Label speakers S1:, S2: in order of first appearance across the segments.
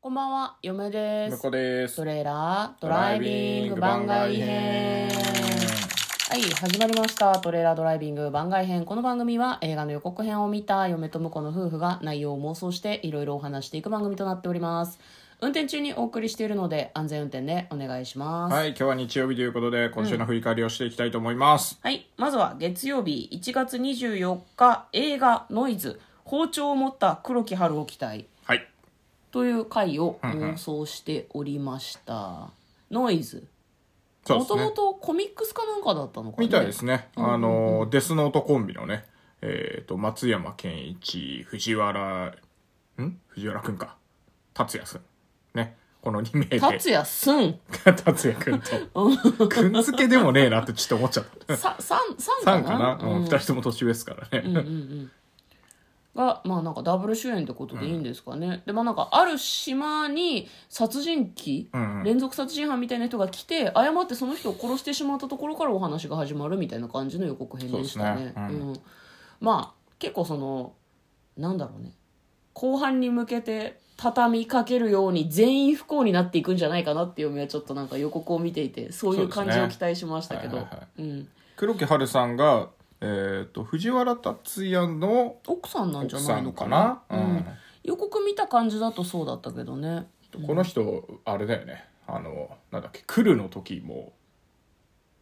S1: こんばんは、嫁で
S2: 向
S1: す
S2: こ。うです
S1: トレーラードライビング番外編。はい、始まりました。トレーラードライビング番外編。この番組は映画の予告編を見た嫁と婿の夫婦が内容を妄想していろいろお話していく番組となっております。運転中にお送りしているので安全運転でお願いします。
S2: はい今日は日曜日ということで今週の振り返りをしていきたいと思います、
S1: はい、まずは月曜日1月24日映画ノイズ包丁を持った黒木春を期待
S2: はい
S1: という回を妄想しておりました。ノイズ。
S2: そう
S1: も
S2: です
S1: とも
S2: ね
S1: とコミックスかなんかだったのかね
S2: みたいですね、あのデスノートコンビのねえっ、と松山ケンイチ藤原ん藤原くんか達也くんねこの2名で
S1: 達也すん
S2: 達也くんとくん付けでもねえなってちょっと思っちゃった
S1: ささんさんかな
S2: 3かな、うん
S1: うん
S2: 2人とも年上ですからね、
S1: がまあなんかダブル主演ってことでいいんですかね、でまあなんかある島に殺人鬼、
S2: んうん
S1: 連続殺人犯みたいな人が来て誤ってその人を殺してしまったところからお話が始まるみたいな感じの予告編でした
S2: そう
S1: ね
S2: ですねうん
S1: うんまあ結構そのなんだろうね後半に向けて畳みかけるように全員不幸になっていくんじゃないかなっていう読みはちょっとなんか予告を見ていてそういう感じ
S2: そう
S1: を
S2: です
S1: 期
S2: ね
S1: 待しましたけど、
S2: はいはいは
S1: うん、
S2: 黒木華さんがえっ、と藤原達也の
S1: 奥さんなんじゃ
S2: 奥
S1: な
S2: さ
S1: い
S2: ん
S1: のか
S2: か
S1: なう
S2: な
S1: ん
S2: うん
S1: 予告見た感じだとそうだったけどね
S2: この人あれだよねあのなんだっけ来るの時も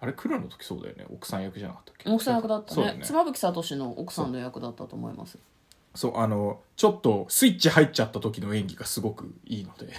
S2: あれ来るの時そうだよね奥さん役じゃなかったっけ
S1: 奥さん役だった
S2: そう
S1: ね
S2: よ
S1: 妻夫木聡の奥さんの役だったと思います
S2: そうあのちょっとスイッチ入っちゃった時の演技がすごくいいので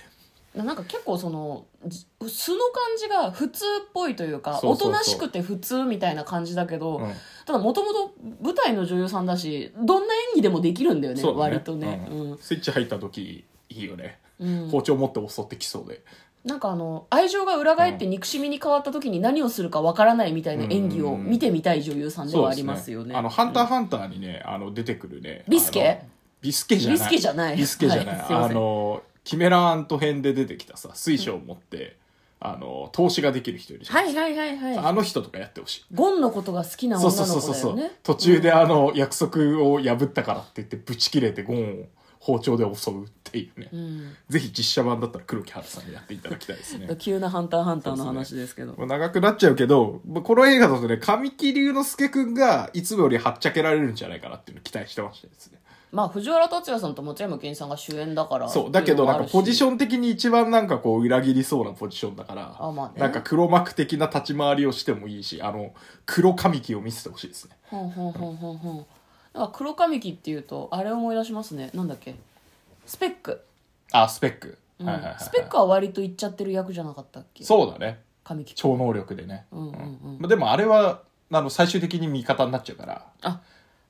S1: ななんか結構そのじ素の感じが普通っぽいというか
S2: そうそうそう
S1: おとなしくて普通みたいな感じだけど、
S2: うん
S1: ただもともと舞台の女優さんだしどんな演技でもできるんだよね
S2: そうだ
S1: 割とね、
S2: うん
S1: うん
S2: スイッチ入った時いいよね、
S1: うん
S2: 包丁持って襲ってきそうで
S1: なんかあの愛情が裏返って憎しみに変わった時に何をするかわからないみたいな演技を見てみたい女優さんではありますよね。
S2: あの「ハンターハンター」にね、あの出てくるね
S1: ビスケ
S2: あのビスケじゃない
S1: ビスケじゃない
S2: ビスケじゃない、
S1: はいすいません
S2: あのキメラアント編で出てきたさ水晶を持って、あの投資ができる人いるじゃん
S1: はいはいはいはい
S2: あの人とかやってほしい。
S1: ゴンのことが好きな
S2: そ
S1: 女
S2: うそうそ
S1: の子
S2: うそう
S1: だ
S2: そ
S1: よ
S2: う、
S1: ね。
S2: 途中であの、約束を破ったからって言って、ぶち切れてゴンを包丁で襲うっていうね。
S1: うん
S2: ぜひ実写版だったら黒木華さんにやっていただきたいですね。
S1: 急なハンターハンターの話ですけど。
S2: もう長くなっちゃうけど、まあこの映画だとね、神木隆之介くんがいつもよりはっちゃけられるんじゃないかなっていうのを期待してましたですね。
S1: まあ、藤原竜也さんと松山ケンイチさんが主演だから。
S2: そう。だけどなんかポジシ
S1: ン。
S2: ョン的に一番なんかこう裏切りそうなポジションだから、
S1: あまあね
S2: なんか黒幕的な立ち回りをしてもいいし、あの、黒神木を見せてほしいですね。
S1: ほんほんほんほんほん。なんか黒神木っていうと、あれ思い出しますね。なんだっけ。スペック。
S2: あ、スペック。
S1: うん
S2: はいはいはいはい
S1: スペックは割と言っちゃってる役じゃなかったっけ
S2: そうだね。
S1: 神木。
S2: 超能力でね。
S1: うんうんうん。
S2: まあでもあれは、あの、最終的に味方になっちゃうから、
S1: あ、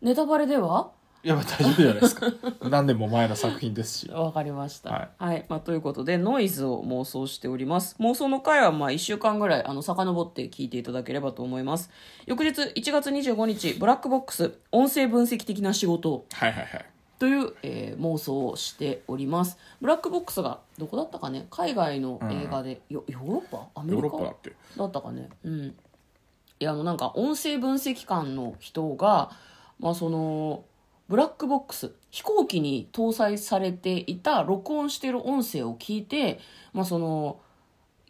S1: ネタバレではい
S2: や、まあ大丈夫じゃな いですか。何年も前の作品ですし。
S1: わかりました。は、
S2: はい
S1: まあ、ということで、ノイズを妄想しております。妄想の回は、まあ、1週間ぐらい、あの、遡って聞いていただければと思います。翌日、1月25日、ブラックボックス、音声分析的な仕事
S2: はいはいはい。
S1: という、えー妄想をしております。ブラックボックスが、どこだったかね海外の映画で、よヨーロッパアメ
S2: ヨ
S1: リ
S2: ー
S1: カ
S2: ロッパだっけ
S1: だったかねうんいやあのなんか音声分析官の人がまあそのブラックボックス飛行機に搭載されていた録音してる音声を聞いてまあその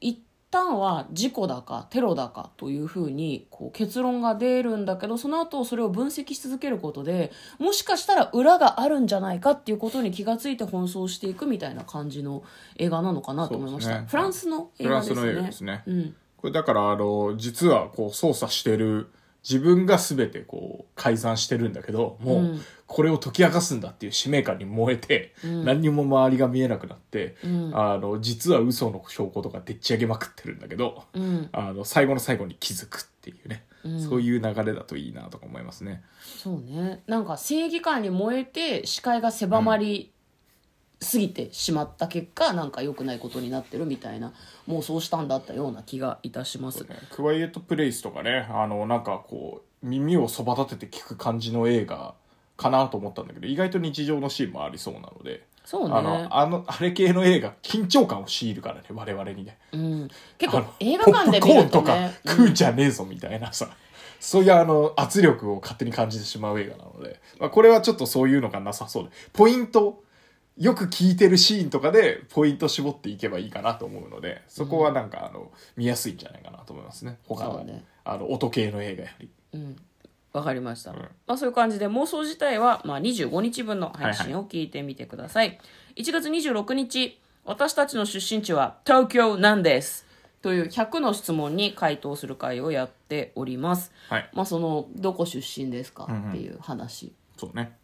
S1: 一旦は事故だかテロだかというふうにこう結論が出るんだけどその後それを分析し続けることでもしかしたら裏があるんじゃないかっていうことに気がついて奔走していくみたいな感じの映画なのかなと思いまし
S2: そう
S1: た、
S2: ですね
S1: フランスの映
S2: フ
S1: 画
S2: ラン
S1: で
S2: ス
S1: すね
S2: の映画ですね。
S1: うん
S2: これだから、あの、実はこう操作してる、自分が全てこう改ざんしてるんだけど、もうこれを解き明かすんだっていう使命感に燃えて、何にも周りが見えなくなって、あの、実は嘘の証拠とかでっち上げまくってるんだけど、
S1: うん、
S2: あの最後の最後に気づくっていうね、そういう流れだといいなとか思いますね
S1: そうねなんか正義感に燃えて視界が狭まりすぎてしまった結果、なんか良くないことになってるみたいな妄想したんだったような気がいたします
S2: ねクワイエットプレイスとかねあのなんかこう耳をそば立てて聞く感じの映画かなと思ったんだけど意外と日常のシーンもありそうなので、
S1: そう
S2: あ
S1: ね
S2: のあのあれ系の映画緊張感を強いるからね我々にね
S1: うん、結
S2: あ
S1: 構
S2: の
S1: 映画館で
S2: ポッ
S1: 見
S2: プ
S1: ると
S2: コーンとか
S1: ね
S2: 食うんじゃねえぞみたいなさ、そういうあの圧力を勝手に感じてしまう映画なので、まあ、これはちょっとそういうのがなさそうでポイントよく聞いてるシーンとかでポイント絞っていけばいいかなと思うのでそこはなんかあの見やすいんじゃないかなと思いますね他
S1: そ
S2: の,、
S1: うね
S2: あの音系の映画より。
S1: うんわかりました、
S2: ん
S1: まあ、そういう感じで妄想自体は、まあ、25日分の配信を聞いてみてください、1月26日私たちの出身地は東京なんですという100の質問に回答する会をやっております、
S2: はい、
S1: まあ、そのどこ出身ですかっていう話、
S2: そうね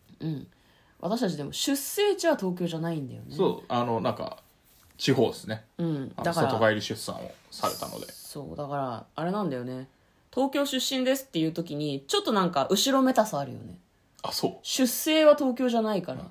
S1: 私たちでも出生地は東京じゃないんだよね
S2: そうあのなんか地方ですね、
S1: ん
S2: あの
S1: だから
S2: 外帰り出産をされたので
S1: そうだからあれなんだよね東京出身ですっていう時にちょっとなんか後ろめたさあるよね
S2: あそう
S1: 出生は東京じゃないから、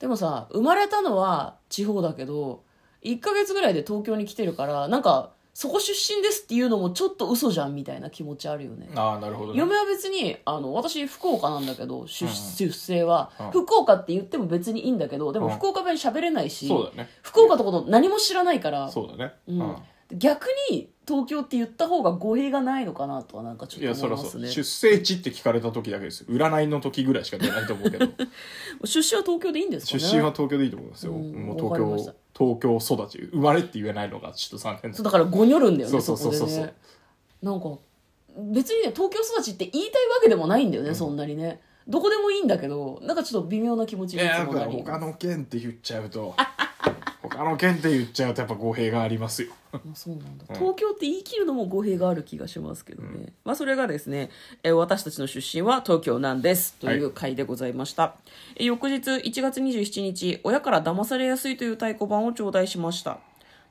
S1: でもさ生まれたのは地方だけど1ヶ月ぐらいで東京に来てるからなんかそこ出身ですっていうのもちょっと嘘じゃんみたいな気持ちあるよね、
S2: ああなるほどね
S1: 嫁は別にあの私福岡なんだけど出,、
S2: うんうん
S1: 出生は、
S2: うん
S1: 福岡って言っても別にいいんだけどでも
S2: うん
S1: 福岡弁喋れないし、
S2: そうだね
S1: 福岡のこと何も知らないから
S2: そうだね
S1: うん逆に東京って言った方が語弊がないのかなとはなんかち
S2: い
S1: ょ
S2: や
S1: っと
S2: そ
S1: 思い
S2: りゃ
S1: ま
S2: そ
S1: す
S2: う
S1: ね
S2: 出生地って聞かれた時だけですよ占いの時ぐらいしか出ないと思 うけど
S1: 出身は東京でいいんですか
S2: 出
S1: ね
S2: 身は東京でいいと思いますよ、
S1: うん
S2: もう
S1: わかりまし
S2: 東
S1: た
S2: 京東京育ち生まれって言えないのがちょっと残念だ
S1: そうだからごにょるんだよね
S2: そうそうそうそう
S1: こでねなんか別にね東京育ちって言いたいわけでもないんだよね、そんなにねどこでもいいんだけどなんかちょっと微妙な気持ち
S2: い
S1: にい
S2: や
S1: つ
S2: やっ
S1: も
S2: ぱ
S1: なり
S2: 他の県って言っちゃうと他の県って言っちゃうとやっぱ語弊がありますよ
S1: まあ、そうなんだ、
S2: ん
S1: 東京って言い切るのも語弊がある気がしますけどね、まあそれがですね、えー私たちの出身は東京なんですという回でございました、えー翌日1月27日親から騙されやすいという太鼓判を頂戴しました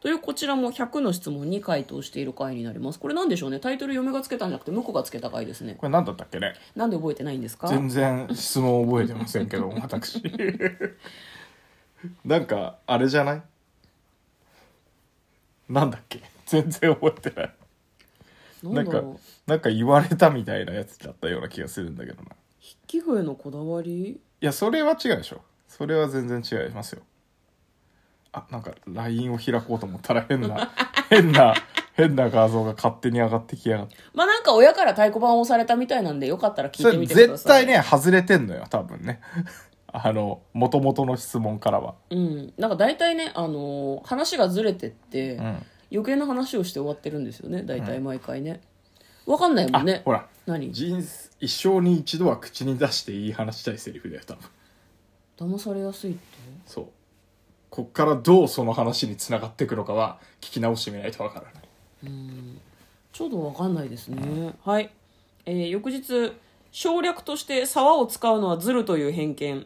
S1: というこちらも100の質問に回答している回になりますこれなんでしょうねタイトル嫁がつけたんじゃなくて向こうがつけた回ですね
S2: これ何だったっけね
S1: なんで覚えてないんですか
S2: 全然質問を覚えてませんけど 私なんかあれじゃないなんだっけ全然覚えてない
S1: な
S2: なんん
S1: だ
S2: か
S1: ろう
S2: なんか言われたみたいなやつだったような気がするんだけどない
S1: 筆記具へのこだわり
S2: やそれは違うでしょそれは全然違いますよあなんか LINE を開こうと思ったら 変な変な変な画像が勝手に上がってきやがって
S1: まあなんか親から太鼓判を押されたみたいなんでよかったら聞
S2: そ
S1: いて
S2: れ
S1: みてくだ
S2: 絶
S1: さい
S2: 対ね外れてんのよ多分ねあの元々の質問からは
S1: うん、なんか大体ね、あのー話がずれてって、
S2: うん
S1: 余計な話をして終わってるんですよね大体毎回ね、わかんないも
S2: あ、
S1: んね
S2: ほら
S1: 何
S2: 人生一生に一度は口に出して言い話したいセリフだよ多分
S1: 騙されやすいって
S2: そうこっからどうその話に繋がっていくのかは聞き直してみないとわからない
S1: ちょうどわかんないですねはい、えー翌日省略として沢を使うのはずるという偏見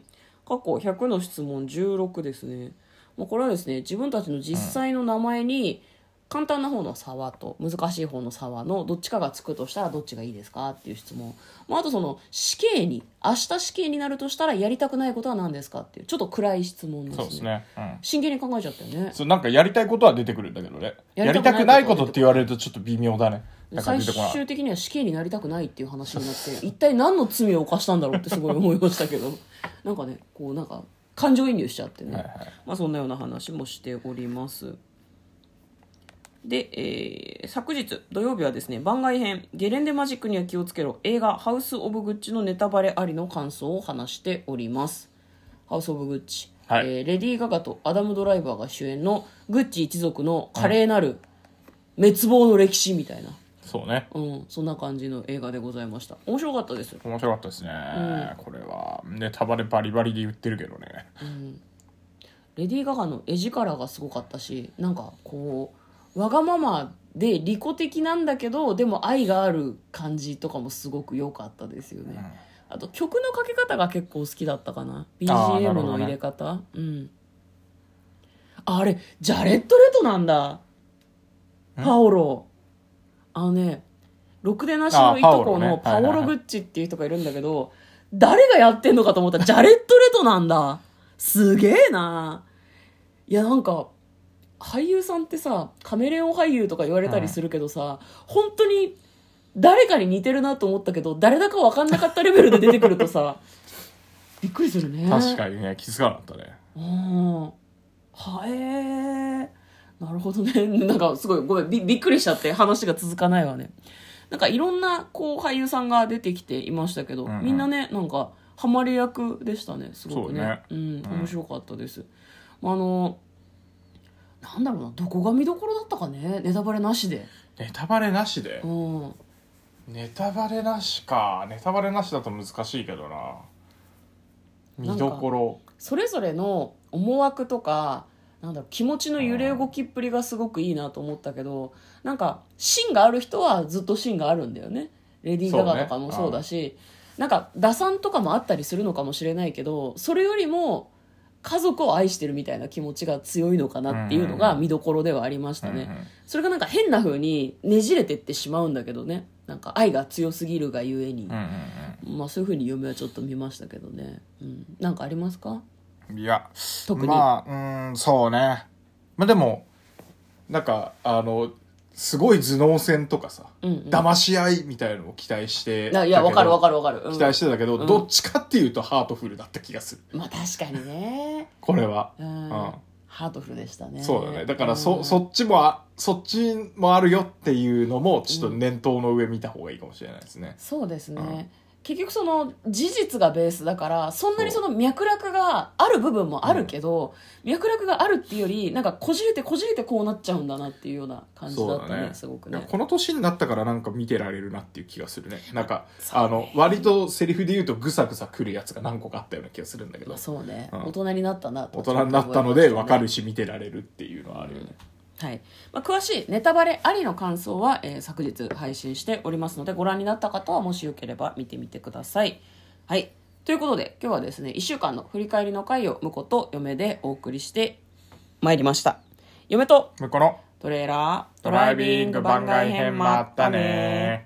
S1: 過去100の質問16ですね、まあ、これはですね自分たちの実際の名前に簡単な方の沢と難しい方の沢のどっちかがつくとしたらどっちがいいですかっていう質問、まあ、あとその死刑に明日死刑になるとしたらやりたくないことは何ですかっていうちょっと暗い質問ですね
S2: そうですねうん
S1: 真剣に考えちゃったよね
S2: そうなんかやりたいことは出てくるんだけどね
S1: や
S2: や
S1: り
S2: り
S1: たくない
S2: たくないことって言われるとちょっと微妙だねなんか
S1: 最
S2: 出てこない
S1: 終的には死刑になりたくないっていう話になって 一体何の罪を犯したんだろうってすごい思いましたけど なんかねこうなんか感情移入しちゃってね、
S2: はいはい
S1: まあ、そんなような話もしておりますで、えー昨日土曜日はですね番外編「ゲレンデマジックには気をつけろ」映画「ハウス・オブ・グッチ」のネタバレありの感想を話しておりますハウス・オブ・グッチ、
S2: はい
S1: えーレディー・ガガとアダム・ドライバーが主演のグッチ一族の華麗なる滅亡の歴史みたいな、
S2: そうね
S1: うん、そんな感じの映画でございました面白かったです
S2: 面白かったですね、これはネタバレバリバリで言ってるけどね、
S1: レディー・ガガの絵力がすごかったしなんかこうわがままで利己的なんだけどでも愛がある感じとかもすごく良かったですよね、あと曲のかけ方が結構好きだったかな
S2: あ
S1: BGM
S2: ーなるほ
S1: の
S2: どね
S1: 入れ方うんあれジャレット・レトなんだパオロあのねろくでなしのいとこの
S2: あパ
S1: パ
S2: オロね
S1: オロ・グッチっていう人がいるんだけど誰がやってんのかと思ったらジャレット・レトなんだすげえないやなんか俳優さんってさカメレオン俳優とか言われたりするけどさ、本当に誰かに似てるなと思ったけど誰だか分かんなかったレベルで出てくると さびっくりするね
S2: 確かにね気づかなかったね
S1: うんはえー、なるほどねなんかすごいごめんびびっくりしちゃって話が続かないわねなんかいろんなこう俳優さんが出てきていましたけど、
S2: んうん
S1: みんなねなんかハマり役でしたねすごくね
S2: そうね
S1: うん、面白かったです、まあ、あのなんだろうなどこが見どころだったかねネタバレなしで
S2: ネタバレなしで
S1: うん
S2: ネタバレなしかネタバレなしだと難しいけどな見どころ
S1: それぞれの思惑とかなんだろう気持ちの揺れ動きっぷりがすごくいいなと思ったけどなんか芯がある人はずっと芯があるんだよねレディー・ガガとかもそうだしなんか打算とかもあったりするのかもしれないけどそれよりも家族を愛してるみたいな気持ちが強いのかなっていうのが見どころではありましたね、
S2: うんうん
S1: それがなんか変な風にねじれてってしまうんだけどねなんか愛が強すぎるがゆえに
S2: うん、うん
S1: まあ、そういう風に嫁はちょっと見ましたけどね、うん、なんかありますか
S2: うんいや
S1: 特に
S2: まあうーんそうねまあでもなんかあのすごい頭脳戦とかさ、
S1: うんうん
S2: 騙し合いみたいのを期待して
S1: ないや、わかるわ
S2: る
S1: かるわかる。うん
S2: 期待してたけど、
S1: ん
S2: どっちかっていうとハートフルだった気がする
S1: まあ確かにね。
S2: これは、
S1: うん。
S2: うん
S1: ハートフルでしたね。
S2: そうだねだから
S1: う
S2: そ
S1: ん
S2: そっちもあそっちもあるよっていうのもちょっと念頭の上見た方がいいかもしれないですね、
S1: そうですね。
S2: うん
S1: 結局その事実がベースだからそんなにその脈絡がある部分もあるけど、脈絡があるっていうよりなんかこじれてこじれてこうなっちゃうんだなっていうような感じだ
S2: そう
S1: ったねすごくね
S2: いやこの年になったからなんか見てられるなっていう気がするねなんか、
S1: そうね
S2: あの割とセリフで言うとぐさぐさくるやつが何個かあったような気がするんだけど
S1: まあ、そうね、
S2: うん
S1: 大人になったなと
S2: 大人になった
S1: ちょっ
S2: ので
S1: と思いましたね
S2: 分かるし見てられるっていうのはあるよね、
S1: はいまあ、詳しいネタバレありの感想は、えー昨日配信しておりますのでご覧になった方はもしよければ見てみてください。はい、ということで今日はですね1週間の振り返りの回を婿と嫁でお送りしてまいりました。嫁と
S2: 向こうの
S1: トレーラード
S2: ドライビング番外編もあったね